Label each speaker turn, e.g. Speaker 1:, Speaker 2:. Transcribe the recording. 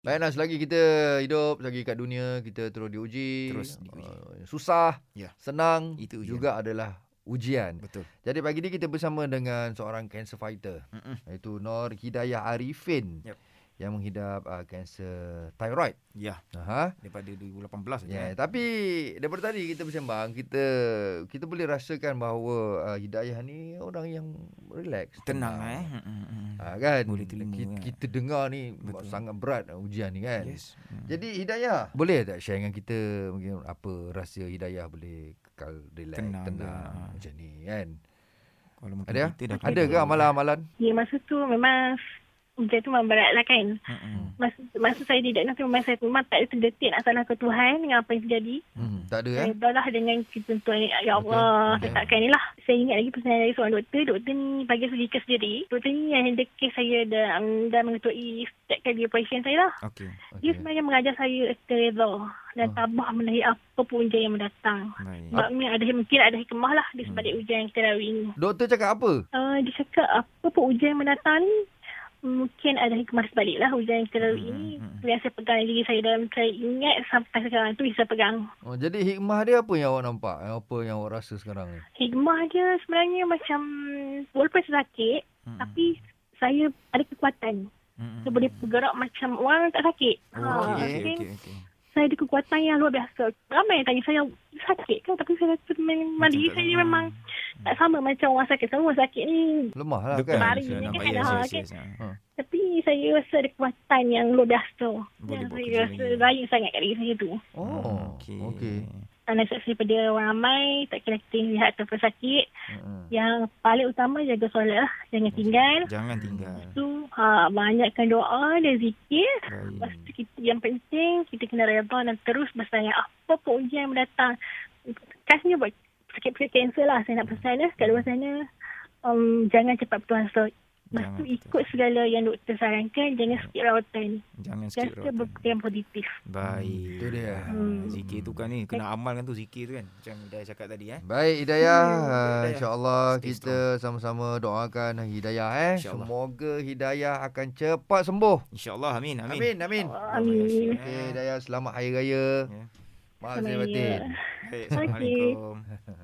Speaker 1: Baik Nas, lah, selagi kita hidup, selagi kat dunia, kita terus diuji.
Speaker 2: Terus diuji.
Speaker 1: Uh, susah,
Speaker 2: Ya.
Speaker 1: senang,
Speaker 2: Itu ujian.
Speaker 1: juga adalah ujian.
Speaker 2: Betul.
Speaker 1: Jadi pagi ni kita bersama dengan seorang cancer fighter.
Speaker 2: Mm-mm.
Speaker 1: Iaitu Nor Hidayah Arifin.
Speaker 2: Yep.
Speaker 1: Yang menghidap uh, kanser thyroid.
Speaker 2: Ya,
Speaker 1: Aha.
Speaker 2: daripada 2018 saja.
Speaker 1: Ya, tapi daripada tadi kita bersembang, kita kita boleh rasakan bahawa uh, Hidayah ni orang yang relax.
Speaker 2: Tenang eh. Mm, mm, mm.
Speaker 1: Ha, kan?
Speaker 2: Boleh terima,
Speaker 1: kita,
Speaker 2: kan?
Speaker 1: kita dengar ni
Speaker 2: Betul.
Speaker 1: sangat berat uh, ujian ni kan.
Speaker 2: Yes. Mm.
Speaker 1: Jadi Hidayah Boleh tak share dengan kita Mungkin apa rahsia Hidayah Boleh kekal relax Tenang,
Speaker 2: Tenang
Speaker 1: tenang
Speaker 2: ke? Ha.
Speaker 1: Macam ni kan
Speaker 2: Kalau mungkin
Speaker 1: Ada?
Speaker 2: kita dah
Speaker 1: Ada ke amalan-amalan
Speaker 3: Ya masa tu memang ujian tu memang berat lah kan.
Speaker 2: Mm, mm.
Speaker 3: Masa, masa saya didiagnos tu memang saya tu memang tak ada terdetik nak salah ke Tuhan dengan apa yang terjadi.
Speaker 1: hmm, Tak ada eh
Speaker 3: Saya berdoa lah dengan ketentuan ni. Ya
Speaker 1: Betul.
Speaker 3: Allah,
Speaker 1: Okey.
Speaker 3: tetapkan ni lah. Saya ingat lagi pesanan dari seorang doktor. Doktor ni bagi saya jika sendiri. Doktor ni yang handle kes saya dan, um, dan mengetuai setiap kali operation saya lah.
Speaker 2: Okey.
Speaker 1: Ya.
Speaker 3: Dia sebenarnya mengajar saya terreza dan
Speaker 1: Oh.
Speaker 3: tabah menahi apa pun ujian
Speaker 1: Ya.
Speaker 3: yang mendatang.
Speaker 2: Baik.
Speaker 3: Sebab ni ada mungkin ada hikmah lah di sebalik
Speaker 1: Hmm.
Speaker 3: ujian yang kita lalui ni.
Speaker 1: Doktor cakap apa
Speaker 3: Uh, dia cakap apa pun ujian yang mendatang ni mungkin ada hikmah sebalik lah ujian yang kita lalui
Speaker 2: Hmm,
Speaker 3: ini.
Speaker 2: hmm,
Speaker 3: Yang saya pegang diri saya dalam saya ingat sampai sekarang tu saya pegang.
Speaker 1: oh, Jadi hikmah dia apa yang awak nampak Yang Apa yang awak rasa sekarang ni
Speaker 3: Hikmah dia sebenarnya macam walaupun saya sakit
Speaker 2: Mm, mm.
Speaker 3: tapi saya ada kekuatan.
Speaker 2: Mm, mm.
Speaker 3: Saya boleh bergerak macam orang tak sakit.
Speaker 2: Oh,
Speaker 3: Ah,
Speaker 2: Okey,
Speaker 3: mungkin
Speaker 2: okey, okey.
Speaker 3: Saya ada kekuatan yang luar biasa. Ramai yang tanya saya sakit kan tapi saya rasa memang
Speaker 2: Macam
Speaker 3: diri
Speaker 2: tak Hmm.
Speaker 3: saya
Speaker 2: sama.
Speaker 3: memang tak sama macam orang sakit. Semua orang sakit ni
Speaker 1: Lemah lah
Speaker 2: Doktor
Speaker 1: kan
Speaker 3: Lari
Speaker 2: saya
Speaker 3: ni
Speaker 2: nampak.
Speaker 3: kan
Speaker 2: Yes,
Speaker 3: ada,
Speaker 2: yes,
Speaker 3: kan?
Speaker 2: yes, ah.
Speaker 3: Tapi saya rasa ada kekuatan yang luar biasa.
Speaker 2: Boleh buat
Speaker 3: yang Ya, saya
Speaker 2: kerja
Speaker 3: rasa
Speaker 2: lagi.
Speaker 3: lain sangat kat diri saya tu.
Speaker 1: Oh
Speaker 2: Okey.
Speaker 1: Okey okay.
Speaker 3: Anak saya daripada orang ramai, tak kira kita yang lihat ataupun sakit. Yang paling utama jaga solat lah. Jangan tinggal.
Speaker 2: Jangan tinggal.
Speaker 3: Tu ha, banyakkan doa dan zikir. Lepas
Speaker 2: Baik.
Speaker 3: tu kita, yang penting kita kena redha dan terus bersaing apa pun ujian yang mendatang. Khasnya buat sakit-sakit kanser lah. Saya nak pesan lah kat luar sana. Um, jangan cepat putus asa. Lepas
Speaker 2: Jangan
Speaker 3: tu
Speaker 2: putus
Speaker 3: ikut segala yang doktor sarankan. Jangan skip rawatan.
Speaker 2: Jangan sikit
Speaker 3: Just
Speaker 2: rawatan.
Speaker 3: berfikir yang positif.
Speaker 2: Baik.
Speaker 1: Itu dia.
Speaker 2: Ah,
Speaker 3: Hmm.
Speaker 2: Zikir tu kan ni kena amalkan tu zikir tu kan. Macam dah cakap tadi eh.
Speaker 1: Baik Hidayah
Speaker 2: Hmm,
Speaker 1: uh,
Speaker 2: Hidayah.
Speaker 1: InsyaAllah
Speaker 2: Stay
Speaker 1: kita sama-sama doakan Hidayah eh
Speaker 2: InsyaAllah.
Speaker 1: Semoga Hidayah akan cepat sembuh
Speaker 2: InsyaAllah amin amin.
Speaker 1: Amin Amin,
Speaker 3: Oh, Amin.
Speaker 1: Okey Hidayah selamat Hari Raya
Speaker 2: Eh. Ya.
Speaker 1: Maaf saya
Speaker 3: Selamat Hari
Speaker 1: batin
Speaker 3: Raya.
Speaker 2: Baik, Assalamualaikum.